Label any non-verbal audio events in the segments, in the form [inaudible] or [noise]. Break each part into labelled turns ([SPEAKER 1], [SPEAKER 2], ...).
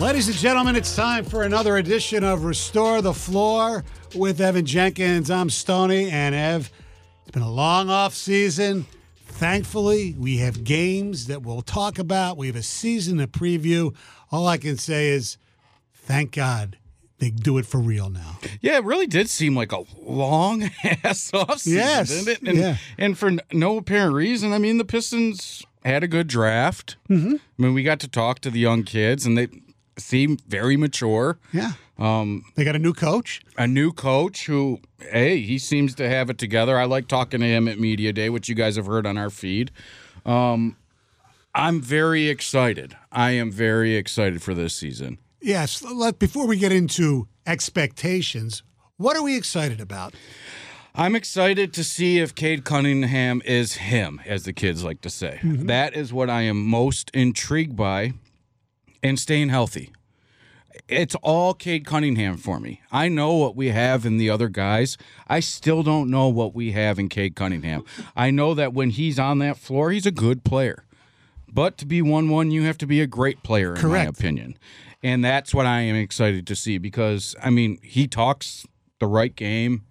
[SPEAKER 1] Ladies and gentlemen, it's time for another edition of Restore the Floor with Evan Jenkins. I'm Stony and Ev. It's been a long off season. Thankfully, we have games that we'll talk about. We have a season to preview. All I can say is thank God they do it for real now.
[SPEAKER 2] Yeah, it really did seem like a long [laughs] ass offseason,
[SPEAKER 1] Yes,
[SPEAKER 2] didn't it? And,
[SPEAKER 1] yeah.
[SPEAKER 2] and for n- no apparent reason. I mean, the Pistons had a good draft. Mm-hmm. I mean, we got to talk to the young kids, and they seem very mature.
[SPEAKER 1] Yeah.
[SPEAKER 2] Um,
[SPEAKER 1] they got a new coach.
[SPEAKER 2] A new coach who, hey, he seems to have it together. I like talking to him at Media Day, which you guys have heard on our feed. Um, I'm very excited. I am very excited for this season.
[SPEAKER 1] Yes. Let, before we get into expectations, what are we excited about?
[SPEAKER 2] I'm excited to see if Cade Cunningham is him, as the kids like to say. That is what I am most intrigued by and staying healthy. It's all Cade Cunningham for me. I know what we have in the other guys. I still don't know what we have in Cade Cunningham. I know that when he's on that floor, he's a good player. But to be 1 1, you have to be a great player, in my
[SPEAKER 1] Correct.
[SPEAKER 2] opinion. And that's what I am excited to see because, I mean, he talks the right game.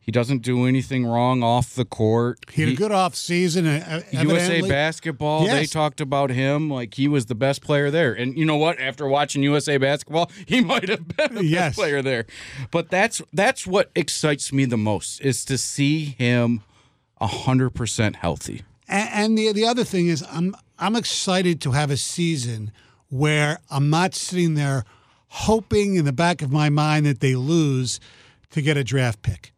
[SPEAKER 2] He doesn't do anything wrong off the court.
[SPEAKER 1] He had a good off season. uh,
[SPEAKER 2] USA basketball, they
[SPEAKER 1] Yes.
[SPEAKER 2] talked about him like he was the best player there. And you know what? After watching USA basketball, [laughs] he might have been the
[SPEAKER 1] Yes.
[SPEAKER 2] best player there. But that's that's what excites me the most is to see him 100% healthy.
[SPEAKER 1] And, and the the other thing is, I'm I'm excited to have a season where I'm not sitting there hoping in the back of my mind that they lose to get a draft pick.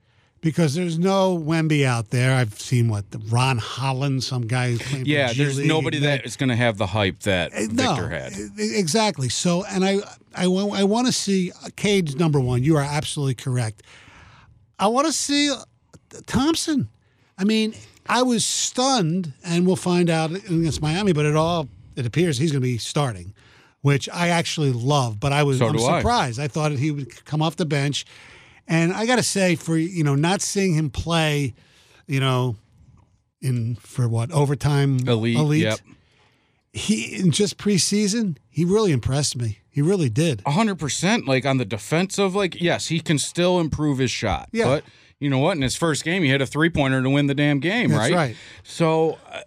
[SPEAKER 1] Because there's no Wemby out there. I've seen what the Ron Holland, some guy who's playing. for
[SPEAKER 2] Yeah,
[SPEAKER 1] G
[SPEAKER 2] there's
[SPEAKER 1] League
[SPEAKER 2] nobody
[SPEAKER 1] and
[SPEAKER 2] that is going to have the hype that
[SPEAKER 1] Uh,
[SPEAKER 2] Victor had.
[SPEAKER 1] e- e- Exactly. So, and I, I, wa- I want to see Cade's number one. You are absolutely correct. I want to see uh, Thompson. I mean, I was stunned, and we'll find out against Miami. But it all it appears he's going to be starting, which I actually love. But I was
[SPEAKER 2] So
[SPEAKER 1] I'm
[SPEAKER 2] do I.
[SPEAKER 1] surprised. I thought he would come off the bench, and I got to say, for you know, not seeing him play, you know. In for what overtime
[SPEAKER 2] Elite, yep.
[SPEAKER 1] he in just preseason, he really impressed me. He really did.
[SPEAKER 2] A hundred percent. Like on the defensive, like yes, he can still improve his shot.
[SPEAKER 1] Yeah.
[SPEAKER 2] But you know what? In his first game, he hit a three pointer to win the damn game.
[SPEAKER 1] That's
[SPEAKER 2] right.
[SPEAKER 1] right.
[SPEAKER 2] So uh,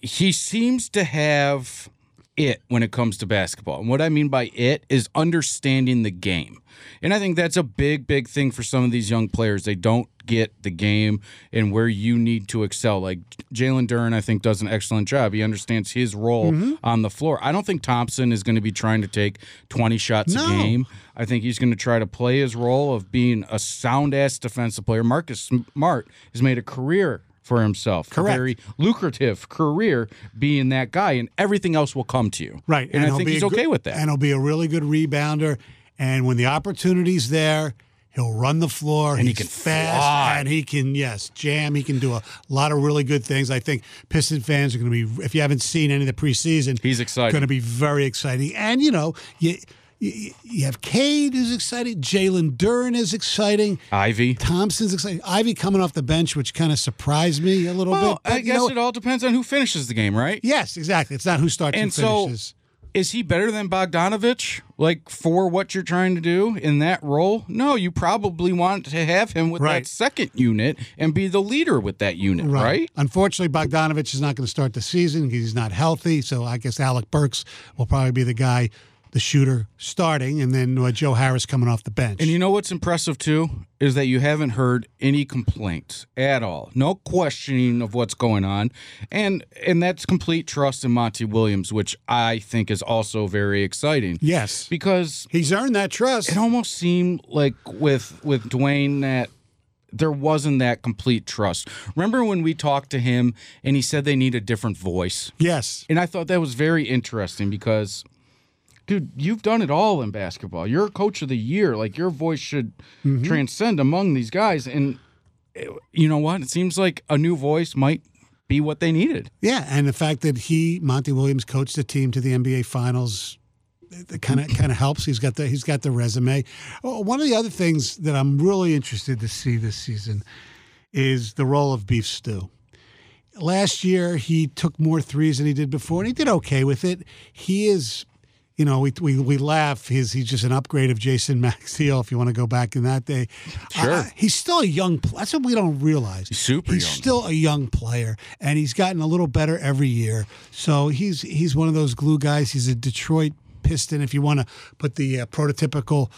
[SPEAKER 2] he seems to have it when it comes to basketball. And what I mean by it is understanding the game. And I think that's a big, big thing for some of these young players. They don't get the game and where you need to excel. Like Jalen Duran, I think, does an excellent job. He understands his role on the floor. I don't think Thompson is going to be trying to take 20 shots
[SPEAKER 1] No.
[SPEAKER 2] a game. I think he's going to try to play his role of being a sound ass defensive player. Marcus Smart has made a career for himself. a
[SPEAKER 1] Correct.
[SPEAKER 2] very lucrative career being that guy, and everything else will come to you.
[SPEAKER 1] Right.
[SPEAKER 2] And, I
[SPEAKER 1] he'll
[SPEAKER 2] think
[SPEAKER 1] be
[SPEAKER 2] he's
[SPEAKER 1] a
[SPEAKER 2] okay
[SPEAKER 1] good-
[SPEAKER 2] with that.
[SPEAKER 1] And he'll be a really good rebounder. And when the opportunity's there, he'll run the floor.
[SPEAKER 2] And he
[SPEAKER 1] he's
[SPEAKER 2] can
[SPEAKER 1] fast
[SPEAKER 2] fly.
[SPEAKER 1] and he can, yes, jam. He can do a lot of really good things. I think Piston fans are going to be, if you haven't seen any of the preseason,
[SPEAKER 2] He's excited.
[SPEAKER 1] Going to be very exciting. And, you know, you, you, you have Cade who's excited, Jalen Duran is exciting.
[SPEAKER 2] Ivy.
[SPEAKER 1] Thompson's exciting. Ivy coming off the bench, which kind of surprised me a little
[SPEAKER 2] Well,
[SPEAKER 1] bit. but
[SPEAKER 2] I
[SPEAKER 1] you
[SPEAKER 2] guess
[SPEAKER 1] know-
[SPEAKER 2] it all depends on who finishes the game, right?
[SPEAKER 1] Yes, exactly. It's not who starts
[SPEAKER 2] And
[SPEAKER 1] and,
[SPEAKER 2] so,
[SPEAKER 1] finishes.
[SPEAKER 2] is he better than Bogdanovich? Like for what you're trying to do in that role? No, you probably want to have him with
[SPEAKER 1] Right.
[SPEAKER 2] that second unit and be the leader with that unit, right?
[SPEAKER 1] Unfortunately, Bogdanovich is not going to start the season. He's not healthy. So I guess Alec Burks will probably be the guy, the shooter, starting, and then uh, Joe Harris coming off the bench.
[SPEAKER 2] And you know what's impressive too is that you haven't heard any complaints at all. No questioning of what's going on. And and that's complete trust in Monty Williams, which I think is also very exciting.
[SPEAKER 1] yes,
[SPEAKER 2] Because
[SPEAKER 1] he's earned that trust.
[SPEAKER 2] it almost seemed like with with Dwayne that there wasn't that complete trust. Remember when we talked to him and he said they need a different voice?
[SPEAKER 1] Yes.
[SPEAKER 2] And I thought that was very interesting because, dude, you've done it all in basketball. You're a coach of the year. Like your voice should
[SPEAKER 1] Mm-hmm.
[SPEAKER 2] transcend among these guys. And eh, you know what? It seems like a new voice might be what they needed.
[SPEAKER 1] Yeah, and the fact that he Monty Williams coached the team to the NBA Finals kind of kind of helps. He's got the he's got the resume. Oh, One of the other things that I'm really interested to see this season is the role of Beef Stew. Last year he took more threes than he did before, and he did okay with it. He is. You know, we, we, we laugh. He's, he's just an upgrade of Jason [laughs] Maxiel, if you want to go back in that day. Uh,
[SPEAKER 2] Sure.
[SPEAKER 1] he's still a young player. That's what we don't realize.
[SPEAKER 2] He's super
[SPEAKER 1] He's
[SPEAKER 2] young.
[SPEAKER 1] still a young player, and he's gotten a little better every year. So he's he's one of those glue guys. He's a Detroit Piston, if you want to put the uh, prototypical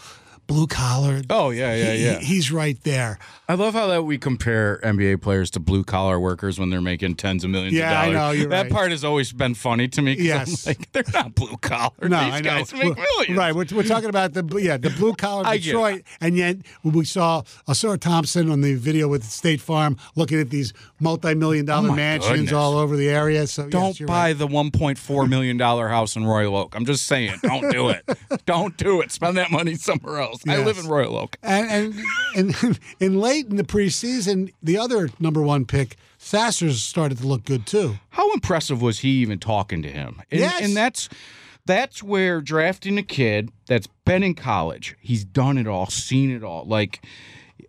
[SPEAKER 1] blue collar.
[SPEAKER 2] Oh, yeah, yeah,
[SPEAKER 1] He-
[SPEAKER 2] [laughs] yeah.
[SPEAKER 1] he- he's right there.
[SPEAKER 2] I love how that we compare NBA players to blue collar workers when they're making tens of millions
[SPEAKER 1] Yeah, I
[SPEAKER 2] of dollars.
[SPEAKER 1] know, you're
[SPEAKER 2] that
[SPEAKER 1] right.
[SPEAKER 2] part has always been funny to me. 'cause
[SPEAKER 1] Yes.
[SPEAKER 2] I'm like, [laughs] they're not blue collar.
[SPEAKER 1] No,
[SPEAKER 2] These
[SPEAKER 1] I know.
[SPEAKER 2] guys make
[SPEAKER 1] We're-
[SPEAKER 2] millions.
[SPEAKER 1] Right, we're, we're talking about the bl- yeah the blue collar
[SPEAKER 2] [laughs] I get it.
[SPEAKER 1] Detroit, and yet we saw Asura Thompson on the video with State Farm looking at these multi million dollar
[SPEAKER 2] Oh my
[SPEAKER 1] mansions
[SPEAKER 2] goodness.
[SPEAKER 1] all over the area. So yes,
[SPEAKER 2] Don't
[SPEAKER 1] you're
[SPEAKER 2] buy
[SPEAKER 1] right.
[SPEAKER 2] the $1.4 million house in Royal Oak. I'm just saying, don't
[SPEAKER 1] [laughs]
[SPEAKER 2] do it. don't do it. Spend that money somewhere else. I live
[SPEAKER 1] Yes.
[SPEAKER 2] in Royal Oak.
[SPEAKER 1] And and, and [laughs] and late in the preseason, the other number one pick, Sasser's started to look good too.
[SPEAKER 2] How impressive was he even talking to him? And,
[SPEAKER 1] Yes.
[SPEAKER 2] and that's that's where drafting a kid that's been in college, he's done it all, seen it all. Like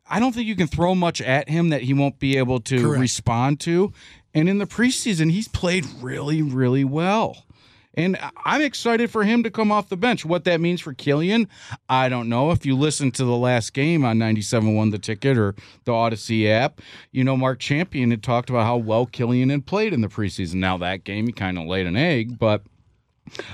[SPEAKER 2] I don't think you can throw much at him that he won't be able to
[SPEAKER 1] Correct.
[SPEAKER 2] respond to. And in the preseason, he's played really, really well. And I- I'm excited for him to come off the bench. What that means for Killian, I don't know. If you listen to the last game on 97.1 The Ticket or the Odyssey app, you know, Mark Champion had talked about how well Killian had played in the preseason. Now, that game, he kind of laid an egg, but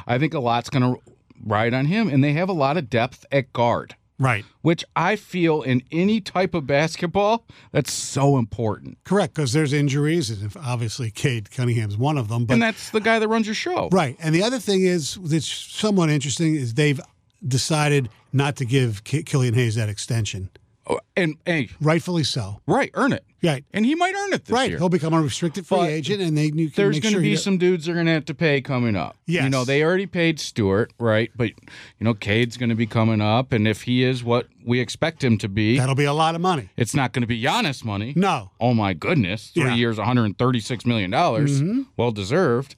[SPEAKER 2] I think a lot's going to ride on him. And they have a lot of depth at guard
[SPEAKER 1] Right.
[SPEAKER 2] which I feel in any type of basketball, that's so important.
[SPEAKER 1] Correct, because there's injuries, and if- obviously Cade Cunningham's one of them. But
[SPEAKER 2] and that's the guy that runs your show.
[SPEAKER 1] right, and the other thing is that's somewhat interesting is they've decided not to give K- Killian Hayes that extension,
[SPEAKER 2] Oh, And hey,
[SPEAKER 1] rightfully so.
[SPEAKER 2] right, earn it.
[SPEAKER 1] Right,
[SPEAKER 2] And he might earn it this
[SPEAKER 1] right.
[SPEAKER 2] year.
[SPEAKER 1] He'll become a restricted free
[SPEAKER 2] But
[SPEAKER 1] agent, and they you can
[SPEAKER 2] There's
[SPEAKER 1] make
[SPEAKER 2] going to
[SPEAKER 1] sure
[SPEAKER 2] be
[SPEAKER 1] he-
[SPEAKER 2] some dudes they're going to have to pay coming up. You
[SPEAKER 1] Yes.
[SPEAKER 2] know, they already paid Stewart, right? But, you know, Cade's going to be coming up. And if he is what we expect him to be,
[SPEAKER 1] That'll be a lot of money.
[SPEAKER 2] it's not going to be Giannis money.
[SPEAKER 1] No,
[SPEAKER 2] oh my goodness, three
[SPEAKER 1] Yeah. Mm-hmm.
[SPEAKER 2] years, $136 million. Well deserved.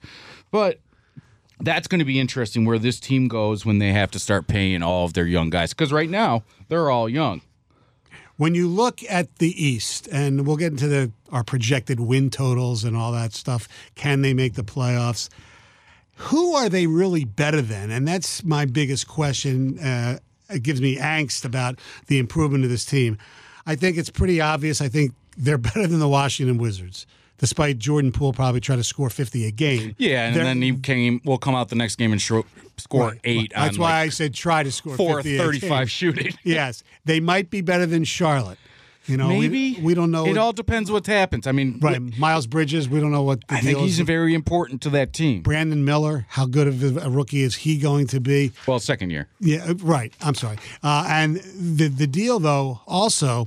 [SPEAKER 2] But that's going to be interesting where this team goes when they have to start paying all of their young guys. Because right now, they're all young.
[SPEAKER 1] when you look at the East, and we'll get into the our projected win totals and all that stuff. Can they make the playoffs? Who are they really better than? And that's my biggest question. Uh, it gives me angst about the improvement of this team. I think it's pretty obvious. I think they're [laughs] better than the Washington Wizards, despite Jordan Poole probably trying to score 50 a game.
[SPEAKER 2] Yeah, and
[SPEAKER 1] They're-
[SPEAKER 2] then he came, will come out the next game and shro- score eight
[SPEAKER 1] That's
[SPEAKER 2] on
[SPEAKER 1] why
[SPEAKER 2] like
[SPEAKER 1] I said try to score
[SPEAKER 2] four
[SPEAKER 1] 50 a game.
[SPEAKER 2] 35 shooting.
[SPEAKER 1] Yes, they might be better than Charlotte. You know, we-
[SPEAKER 2] Maybe.
[SPEAKER 1] we, don't know.
[SPEAKER 2] It all depends what happens. I mean,
[SPEAKER 1] Right, Miles Bridges. We don't know what the
[SPEAKER 2] I
[SPEAKER 1] deal
[SPEAKER 2] think he's
[SPEAKER 1] is.
[SPEAKER 2] very important to that team.
[SPEAKER 1] Brandon Miller. How good of a rookie is he going to be?
[SPEAKER 2] Well, second year.
[SPEAKER 1] Yeah, right. I'm sorry. Uh, and the the deal though, also,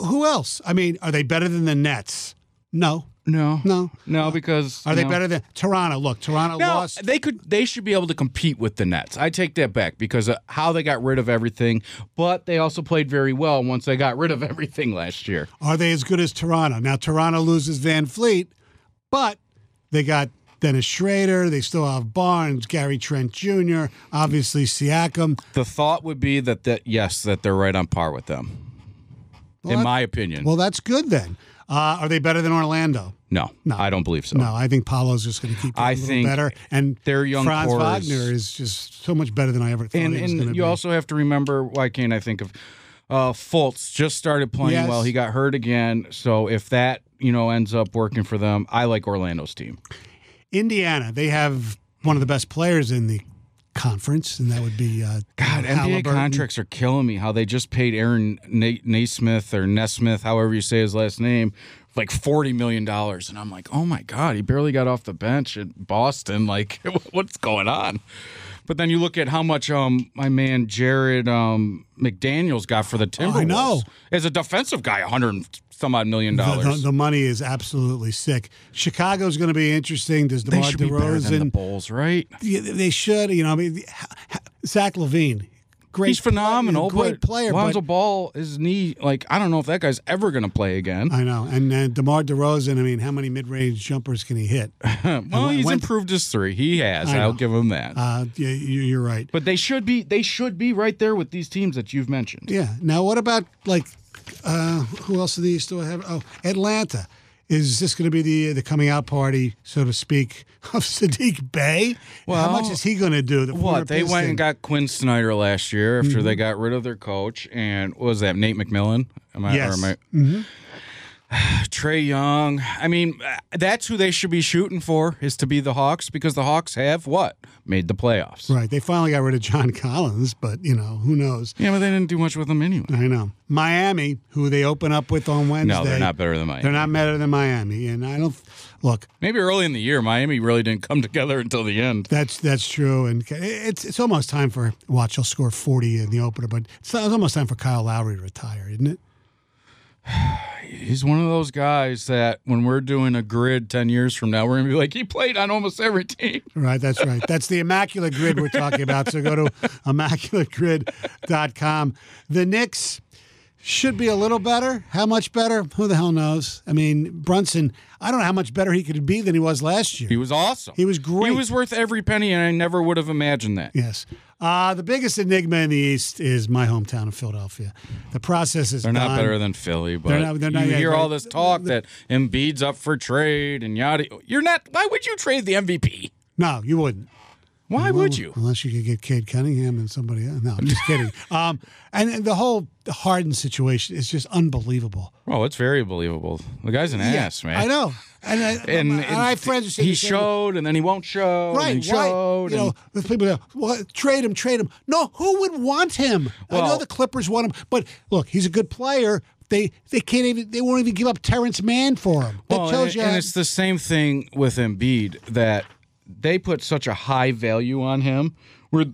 [SPEAKER 1] who else? I mean, are they better than the Nets? No,
[SPEAKER 2] No.
[SPEAKER 1] no.
[SPEAKER 2] No, because.
[SPEAKER 1] Are they
[SPEAKER 2] no.
[SPEAKER 1] better than Toronto? Look, Toronto
[SPEAKER 2] No, uh,
[SPEAKER 1] lost.
[SPEAKER 2] they could. They should be able to compete with the Nets. I take that back because of how they got rid of everything, but they also played very well once they got rid of [laughs] everything last year.
[SPEAKER 1] Are they as good as Toronto? Now Toronto loses Van Fleet, but they got Dennis Schrader. They still have Barnes, Gary Trent Jr., obviously Siakam.
[SPEAKER 2] The thought would be that that yes, that they're right on par with them, in
[SPEAKER 1] that-
[SPEAKER 2] my opinion.
[SPEAKER 1] Well, that's good then. Uh, are they better than Orlando?
[SPEAKER 2] no, I don't believe so.
[SPEAKER 1] No, I think Paolo's just going to keep getting
[SPEAKER 2] I
[SPEAKER 1] a little
[SPEAKER 2] think
[SPEAKER 1] better, and
[SPEAKER 2] their young
[SPEAKER 1] Franz
[SPEAKER 2] core is-
[SPEAKER 1] Wagner is just so much better than I ever thought
[SPEAKER 2] and
[SPEAKER 1] he was
[SPEAKER 2] and
[SPEAKER 1] going to
[SPEAKER 2] you
[SPEAKER 1] be.
[SPEAKER 2] also have to remember why can't I think of uh, Fultz just started playing
[SPEAKER 1] Yes.
[SPEAKER 2] well. He got hurt again, so if that you know ends up working for them, I like Orlando's team.
[SPEAKER 1] Indiana, they have one of the best players in the conference, and that would be uh,
[SPEAKER 2] God, NBA
[SPEAKER 1] Halliburton.
[SPEAKER 2] contracts are killing me. How they just paid Aaron Na- Naismith or Nesmith, however you say his last name, like forty million dollars, and I'm [laughs] like, oh my god, he barely got off the bench in Boston. Like, what's going on? But then you look at how much um my man Jared um McDaniels got for the Timberwolves.
[SPEAKER 1] I know.
[SPEAKER 2] As a defensive guy, a hundred and some odd million
[SPEAKER 1] The,
[SPEAKER 2] dollars.
[SPEAKER 1] the, the money is absolutely sick. Chicago's going to be interesting. Does
[SPEAKER 2] they
[SPEAKER 1] DeMar
[SPEAKER 2] should be better than the
[SPEAKER 1] DeRozan?
[SPEAKER 2] Bulls, right?
[SPEAKER 1] Yeah, they should. You know, I mean, Zach Levine, great,
[SPEAKER 2] He's
[SPEAKER 1] player-
[SPEAKER 2] phenomenal.
[SPEAKER 1] great
[SPEAKER 2] but
[SPEAKER 1] player. but-
[SPEAKER 2] Lonzo Ball, his knee, like I don't know if that guy's ever gonna play again.
[SPEAKER 1] I know. And uh, DeMar DeRozan, I mean, how many mid-range jumpers can he
[SPEAKER 2] [sighs]
[SPEAKER 1] hit?
[SPEAKER 2] well, he's
[SPEAKER 1] when-
[SPEAKER 2] improved his three. He has.
[SPEAKER 1] I
[SPEAKER 2] I'll
[SPEAKER 1] know.
[SPEAKER 2] give him that.
[SPEAKER 1] Uh, yeah, you, you're right.
[SPEAKER 2] but they should be. They should be right there with these teams that you've mentioned.
[SPEAKER 1] Yeah. Now, what about like uh, who else in the East do I have? Oh, Atlanta. Is this going to be the the coming out party, so to speak, [laughs] of Sadiq Bay? how
[SPEAKER 2] Well,
[SPEAKER 1] much is he going to do? The former
[SPEAKER 2] What they went
[SPEAKER 1] Piston.
[SPEAKER 2] and got Quinn Snyder last year after
[SPEAKER 1] Mm-hmm.
[SPEAKER 2] they got rid of their coach and what was that Nate McMillan? Am I
[SPEAKER 1] Yes. Mm-hmm.
[SPEAKER 2] or am I? [sighs] Trey Young. I mean, uh, that's who they should be shooting for is to be the Hawks because the Hawks have what made the playoffs.
[SPEAKER 1] right. They finally got rid of John [laughs] Collins, but you know who knows.
[SPEAKER 2] Yeah, but they didn't do much with them anyway.
[SPEAKER 1] I know Miami, who they open up with on Wednesday.
[SPEAKER 2] No, they're not better than Miami.
[SPEAKER 1] They're not better than Miami, and I don't look.
[SPEAKER 2] Maybe early in the year, Miami really didn't come [laughs] together until the end.
[SPEAKER 1] That's that's true, and it's it's almost time for watch. He'll score forty in the opener, but it's, it's almost time for Kyle Lowry to retire, isn't it?
[SPEAKER 2] He's one of those guys that when we're doing a grid 10 years from now, we're going to be like, he played on almost every team.
[SPEAKER 1] Right, that's right. That's the immaculate grid we're talking about. So go to immaculategrid.com. The Knicks should be a little better. How much better? Who the hell knows? I mean, Brunson, I don't know how much better he could be than he was last year.
[SPEAKER 2] He was awesome.
[SPEAKER 1] He was great.
[SPEAKER 2] He was worth every penny, and I never would have imagined that.
[SPEAKER 1] Yes. Uh, the biggest enigma in the East is my hometown of Philadelphia. The process is
[SPEAKER 2] They're not
[SPEAKER 1] done.
[SPEAKER 2] better than Philly, but
[SPEAKER 1] not- Uh, they're not-
[SPEAKER 2] you
[SPEAKER 1] yeah,
[SPEAKER 2] hear
[SPEAKER 1] but-
[SPEAKER 2] all this talk that Embiid's up for trade and yada. You're not. Why would you trade the MVP?
[SPEAKER 1] No, you wouldn't.
[SPEAKER 2] Why would you?
[SPEAKER 1] Unless you could get Cade Cunningham and somebody else. No, I'm just
[SPEAKER 2] [laughs]
[SPEAKER 1] kidding. Um, and, and the whole Harden situation is just unbelievable.
[SPEAKER 2] Oh, it's very believable. The guy's an ass, man.
[SPEAKER 1] I know. And I,
[SPEAKER 2] [laughs] And,
[SPEAKER 1] and I have
[SPEAKER 2] and
[SPEAKER 1] friends who say
[SPEAKER 2] he
[SPEAKER 1] the same thing.
[SPEAKER 2] showed, and then he won't show.
[SPEAKER 1] Right,
[SPEAKER 2] and he
[SPEAKER 1] right.
[SPEAKER 2] showed,
[SPEAKER 1] You know,
[SPEAKER 2] and-
[SPEAKER 1] the people that well, trade him, trade him. No, who would want him? I know
[SPEAKER 2] Well-
[SPEAKER 1] the Clippers want him, but look, he's a good player. They they can't even they won't even give up Terrence Mann for him. That
[SPEAKER 2] Well,
[SPEAKER 1] tells
[SPEAKER 2] and,
[SPEAKER 1] you.
[SPEAKER 2] Oh, and
[SPEAKER 1] how-
[SPEAKER 2] it's the same thing with Embiid that they put such a high value on him where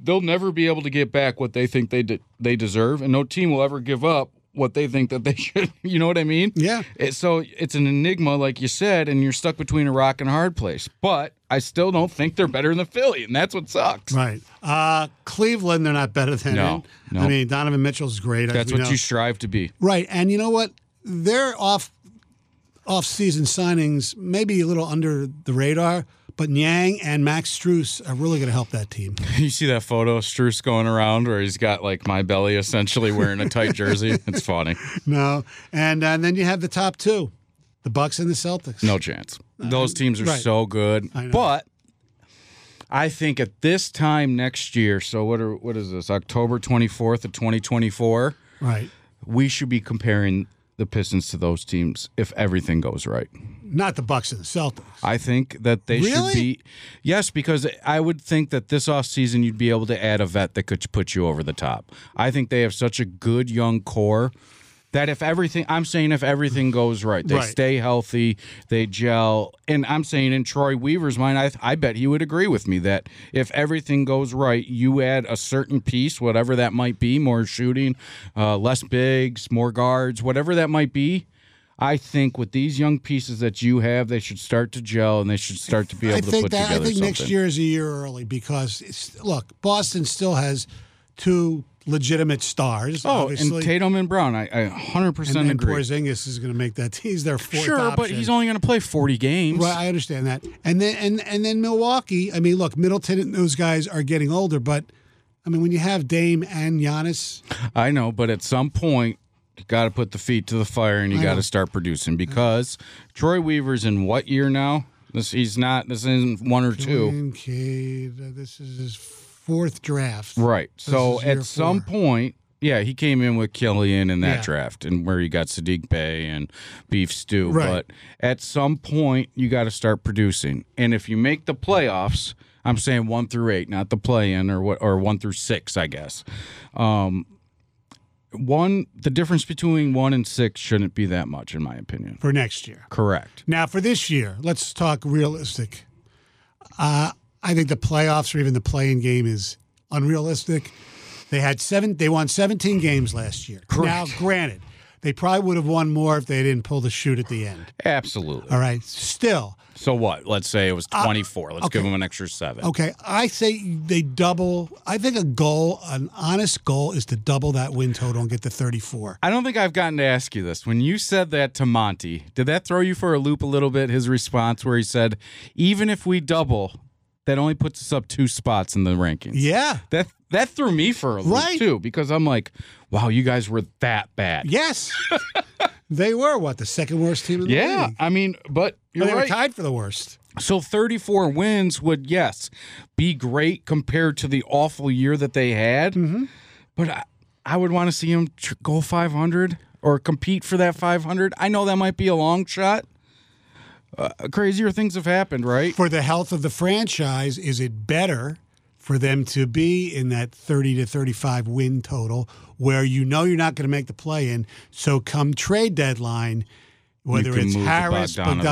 [SPEAKER 2] they'll never be able to get back what they think they de- they deserve, and no team will ever give up what they think that they [laughs] should. You know what I mean?
[SPEAKER 1] Yeah.
[SPEAKER 2] It- so it's an enigma, like you said, and you're stuck between a rock and a hard place. But I still don't think they're better than Philly, and that's what sucks.
[SPEAKER 1] Right, uh, Cleveland. They're not better than
[SPEAKER 2] No,
[SPEAKER 1] him.
[SPEAKER 2] no.
[SPEAKER 1] I mean, Donovan Mitchell's great. as
[SPEAKER 2] That's
[SPEAKER 1] we
[SPEAKER 2] what
[SPEAKER 1] know.
[SPEAKER 2] you strive to be.
[SPEAKER 1] Right, and you know what? Their off off season signings maybe a little under the radar, but Nyang and Max Struess are really going to help that
[SPEAKER 2] [laughs]
[SPEAKER 1] team.
[SPEAKER 2] [laughs] You see that photo of Struess going around where he's got like my belly essentially wearing a tight jersey. it's funny.
[SPEAKER 1] No, and and then you have the top two, the Bucks and the Celtics.
[SPEAKER 2] No chance. Those teams are
[SPEAKER 1] right.
[SPEAKER 2] so good.
[SPEAKER 1] I know.
[SPEAKER 2] But I think at this time next year, so what are what is this? October 24th of 2024,
[SPEAKER 1] right?
[SPEAKER 2] we should be comparing the Pistons to those teams if everything goes right.
[SPEAKER 1] Not the Bucks and the Celtics.
[SPEAKER 2] I think that they
[SPEAKER 1] Really?
[SPEAKER 2] should be Yes, because I would think that this offseason you'd be able to add a vet that could put you over the top. I think they have such a good young core that if everything I'm saying if everything goes right, they
[SPEAKER 1] Right.
[SPEAKER 2] stay healthy, they gel. And I'm saying in Troy Weaver's mind, I I bet he would agree with me that if everything goes right, you add a certain piece, whatever that might be, more shooting, uh, less bigs, more guards, whatever that might be. I think with these young pieces that you have, they should start to gel and they should start to be able
[SPEAKER 1] I
[SPEAKER 2] to
[SPEAKER 1] think
[SPEAKER 2] put
[SPEAKER 1] that I
[SPEAKER 2] together
[SPEAKER 1] think
[SPEAKER 2] something.
[SPEAKER 1] next year is a year early because it's, look, Boston still has two legitimate stars.
[SPEAKER 2] Oh,
[SPEAKER 1] obviously.
[SPEAKER 2] and Tatum and Brown, I, I 100%
[SPEAKER 1] and, and
[SPEAKER 2] agree.
[SPEAKER 1] Porzingis is going to make that. [laughs] He's their fourth.
[SPEAKER 2] sure, but
[SPEAKER 1] option.
[SPEAKER 2] he's only going to play 40 games.
[SPEAKER 1] Right, I understand that. And then and and then Milwaukee. I mean, look, Middleton and those guys are getting older, but I mean, when you have Dame and Giannis,
[SPEAKER 2] I know, but at some point, you got to put the feet to the fire and you got to start producing because Troy Weaver's in what year now? This he's not. This isn't one or two,
[SPEAKER 1] Kincaid, uh, this is his fourth draft.
[SPEAKER 2] right? So
[SPEAKER 1] is year
[SPEAKER 2] at some
[SPEAKER 1] four.
[SPEAKER 2] point, yeah, he came in with Killian in that
[SPEAKER 1] Yeah.
[SPEAKER 2] draft, and where you got Sadiq Bay and Beef Stew.
[SPEAKER 1] Right.
[SPEAKER 2] But at some point, you got to start producing, and if you make the playoffs, I'm saying one through eight, not the play-in or what, or one through six, I guess. Um, One, the difference between one and six shouldn't be that much, in my opinion.
[SPEAKER 1] for next year.
[SPEAKER 2] Correct.
[SPEAKER 1] Now, for this year, let's talk realistic. Uh, I think the playoffs or even the playing game is unrealistic. They had seven. They won 17 games last year. Now, granted, they probably would have won more if they didn't pull the shoot at the end.
[SPEAKER 2] Absolutely.
[SPEAKER 1] All right. Still,
[SPEAKER 2] So what? Let's say it was 24. Let's
[SPEAKER 1] Uh,
[SPEAKER 2] give
[SPEAKER 1] okay.
[SPEAKER 2] them an extra seven.
[SPEAKER 1] okay. I say they double. I think a goal, an honest goal, is to double that win total and get to 34.
[SPEAKER 2] I don't think I've gotten to ask you this. When you said that to Monty, did that throw you for a loop a little bit? His response, where he said, "Even if we double, that only puts us up two spots in the rankings."
[SPEAKER 1] Yeah.
[SPEAKER 2] That that threw me for a loop
[SPEAKER 1] Right.
[SPEAKER 2] too, because I'm like, "Wow, you guys were that bad." [laughs]
[SPEAKER 1] Yes. they were what the second worst team in the
[SPEAKER 2] Yeah,
[SPEAKER 1] league.
[SPEAKER 2] I mean, but
[SPEAKER 1] Or
[SPEAKER 2] you're
[SPEAKER 1] they were
[SPEAKER 2] right.
[SPEAKER 1] tied for the worst.
[SPEAKER 2] So 34 wins would, yes, be great compared to the awful year that they had.
[SPEAKER 1] Mm-hmm.
[SPEAKER 2] But I, I would want to see them tr- go 500 or compete for that 500. I know that might be a long shot. Uh, crazier things have happened, right?
[SPEAKER 1] For the health of the franchise, is it better for them to be in that 30 to 35 win total where you know you're not going to make the play in? So come trade deadline, whether
[SPEAKER 2] can
[SPEAKER 1] it's
[SPEAKER 2] move the
[SPEAKER 1] Harris,
[SPEAKER 2] Bogdanovich.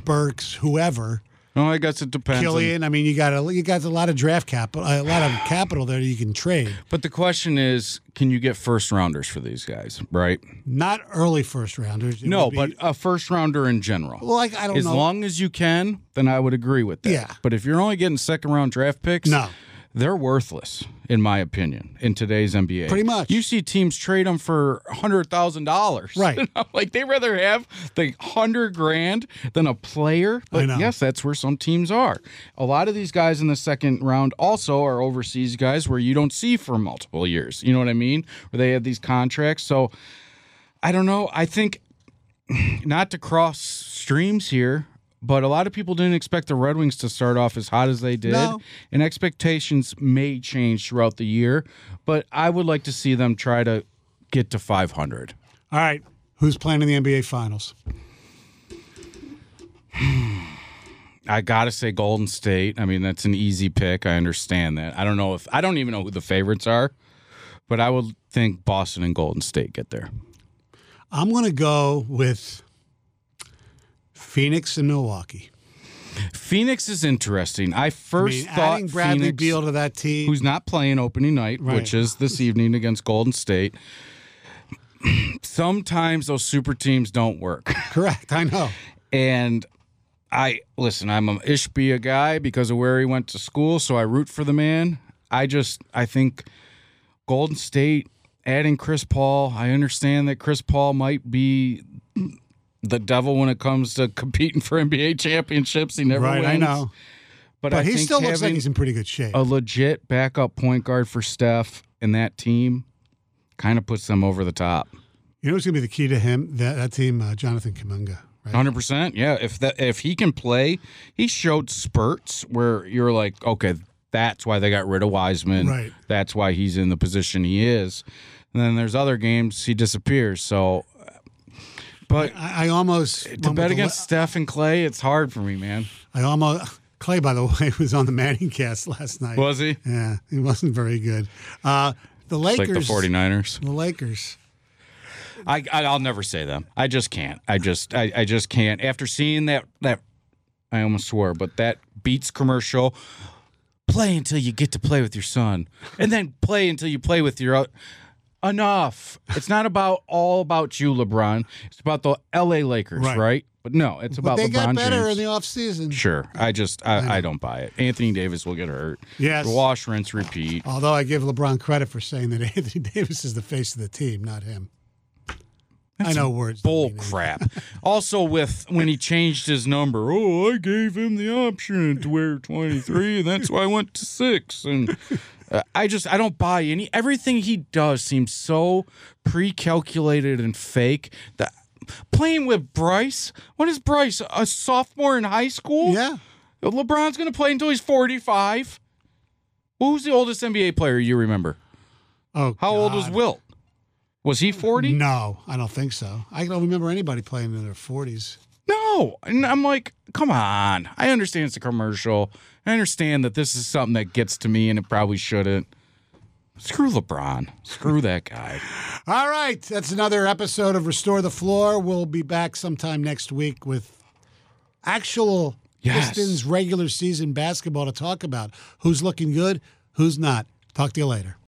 [SPEAKER 1] Bogdanovich, Burks, whoever,
[SPEAKER 2] Oh, I guess it depends. on-
[SPEAKER 1] Killian. I mean, you got a you got a lot of draft capital, a lot
[SPEAKER 2] [sighs]
[SPEAKER 1] of capital there you can trade.
[SPEAKER 2] but the question is can you get first rounders for these guys, right?
[SPEAKER 1] Not early first rounders. It
[SPEAKER 2] No,
[SPEAKER 1] would be-
[SPEAKER 2] but a first rounder in general.
[SPEAKER 1] well, like I don't
[SPEAKER 2] as
[SPEAKER 1] know.
[SPEAKER 2] long as you can, then I would agree with that.
[SPEAKER 1] Yeah.
[SPEAKER 2] But if you're only getting second round draft picks,
[SPEAKER 1] No.
[SPEAKER 2] they're worthless in my opinion in today's NBA.
[SPEAKER 1] Pretty much.
[SPEAKER 2] You see teams trade them for hundred thousand dollars,
[SPEAKER 1] Right.
[SPEAKER 2] [laughs] I'm like they rather have the hundred grand than a player. But
[SPEAKER 1] know.
[SPEAKER 2] yes, that's where some teams are. A lot of these guys in the second round also are overseas guys where you don't see for multiple years. You know what I mean? Where they have these contracts. So I don't know. I think not to cross streams here, but a lot of people didn't expect the Red Wings to start off as hot as they did.
[SPEAKER 1] No.
[SPEAKER 2] And expectations may change throughout the year, but I would like to see them try to get to 500.
[SPEAKER 1] All right, who's playing in the NBA Finals?
[SPEAKER 2] I got to say Golden State. I mean, that's an easy pick. I understand that. I don't know if I don't even know who the favorites are, but I would think Boston and Golden State get there.
[SPEAKER 1] I'm going to go with Phoenix and Milwaukee.
[SPEAKER 2] Phoenix is interesting. I
[SPEAKER 1] I mean,
[SPEAKER 2] first thought
[SPEAKER 1] adding Bradley
[SPEAKER 2] Phoenix,
[SPEAKER 1] Beal to that team.
[SPEAKER 2] who's not playing opening night,
[SPEAKER 1] Right.
[SPEAKER 2] which is this evening against Golden State. Sometimes those super teams don't
[SPEAKER 1] [laughs]
[SPEAKER 2] work.
[SPEAKER 1] correct? I know.
[SPEAKER 2] And I listen, I'm an Ishbia guy because of where he went to school, so I root for the man. I just I think Golden State adding Chris Paul, I understand that Chris Paul might be the devil when it comes to competing for NBA championships. He never
[SPEAKER 1] Right,
[SPEAKER 2] wins.
[SPEAKER 1] I know.
[SPEAKER 2] But, I
[SPEAKER 1] But he
[SPEAKER 2] think
[SPEAKER 1] still looks like
[SPEAKER 2] having- Oh.
[SPEAKER 1] he's in pretty good shape.
[SPEAKER 2] a legit backup point guard for Steph and that team kind of puts them over the top.
[SPEAKER 1] you know what's going to be the key to him? That, that team, uh, Jonathan Kamunga. Right?
[SPEAKER 2] 100%. Yeah, if that if he can play, he showed spurts where you're like, okay, that's why they got rid of Wiseman.
[SPEAKER 1] Right.
[SPEAKER 2] That's why he's in the position he is. And then there's other games he disappears. So but
[SPEAKER 1] I, I almost
[SPEAKER 2] to
[SPEAKER 1] went with
[SPEAKER 2] bet
[SPEAKER 1] the-
[SPEAKER 2] against Steph and Clay, it's hard for me, man.
[SPEAKER 1] I almost Clay. By the [laughs] way, was on the Manning cast last night.
[SPEAKER 2] Was he?
[SPEAKER 1] Yeah, he wasn't very good. Uh, the
[SPEAKER 2] It's like
[SPEAKER 1] Lakers.
[SPEAKER 2] the 49ers.
[SPEAKER 1] the Lakers.
[SPEAKER 2] I, I I'll never say them. I just can't. I just I, I just can't. After seeing that that I almost swore, but that Beats commercial. Play until you get to play with your son, and then play until you play with your. o- Enough. It's not about all about you, LeBron. It's about the L.A. Lakers, right?
[SPEAKER 1] Right.
[SPEAKER 2] But no, it's
[SPEAKER 1] But
[SPEAKER 2] about
[SPEAKER 1] they
[SPEAKER 2] LeBron
[SPEAKER 1] got better
[SPEAKER 2] James.
[SPEAKER 1] in the offseason.
[SPEAKER 2] sure, I just I, I don't buy it. Anthony Davis will get hurt.
[SPEAKER 1] Yes.
[SPEAKER 2] Wash, rinse, repeat.
[SPEAKER 1] Although I give LeBron credit for saying that [laughs] Anthony Davis is the face of the team, not him. I know words. don't
[SPEAKER 2] bull
[SPEAKER 1] mean anything.
[SPEAKER 2] crap. also, with when he changed his number, oh, I gave him the option to wear 23, and that's why I went to six. And uh, I just, I don't buy any. Everything he does seems so pre calculated and fake that. Playing with Bryce, what is Bryce? A sophomore in high school?
[SPEAKER 1] Yeah.
[SPEAKER 2] LeBron's gonna play until he's forty-five. Who's the oldest NBA player you remember?
[SPEAKER 1] Oh,
[SPEAKER 2] How old was
[SPEAKER 1] God.
[SPEAKER 2] Wilt? Was he forty?
[SPEAKER 1] No, I don't think so. I don't remember anybody playing in their forties.
[SPEAKER 2] No. And I'm like, come on. I understand it's a commercial. I understand that this is something that gets to me and it probably shouldn't. Screw LeBron. Screw that guy.
[SPEAKER 1] All right, that's another episode of Restore the Floor. We'll be back sometime next week with actual
[SPEAKER 2] Yes.
[SPEAKER 1] Pistons regular season basketball to talk about. Who's looking good? Who's not? Talk to you later.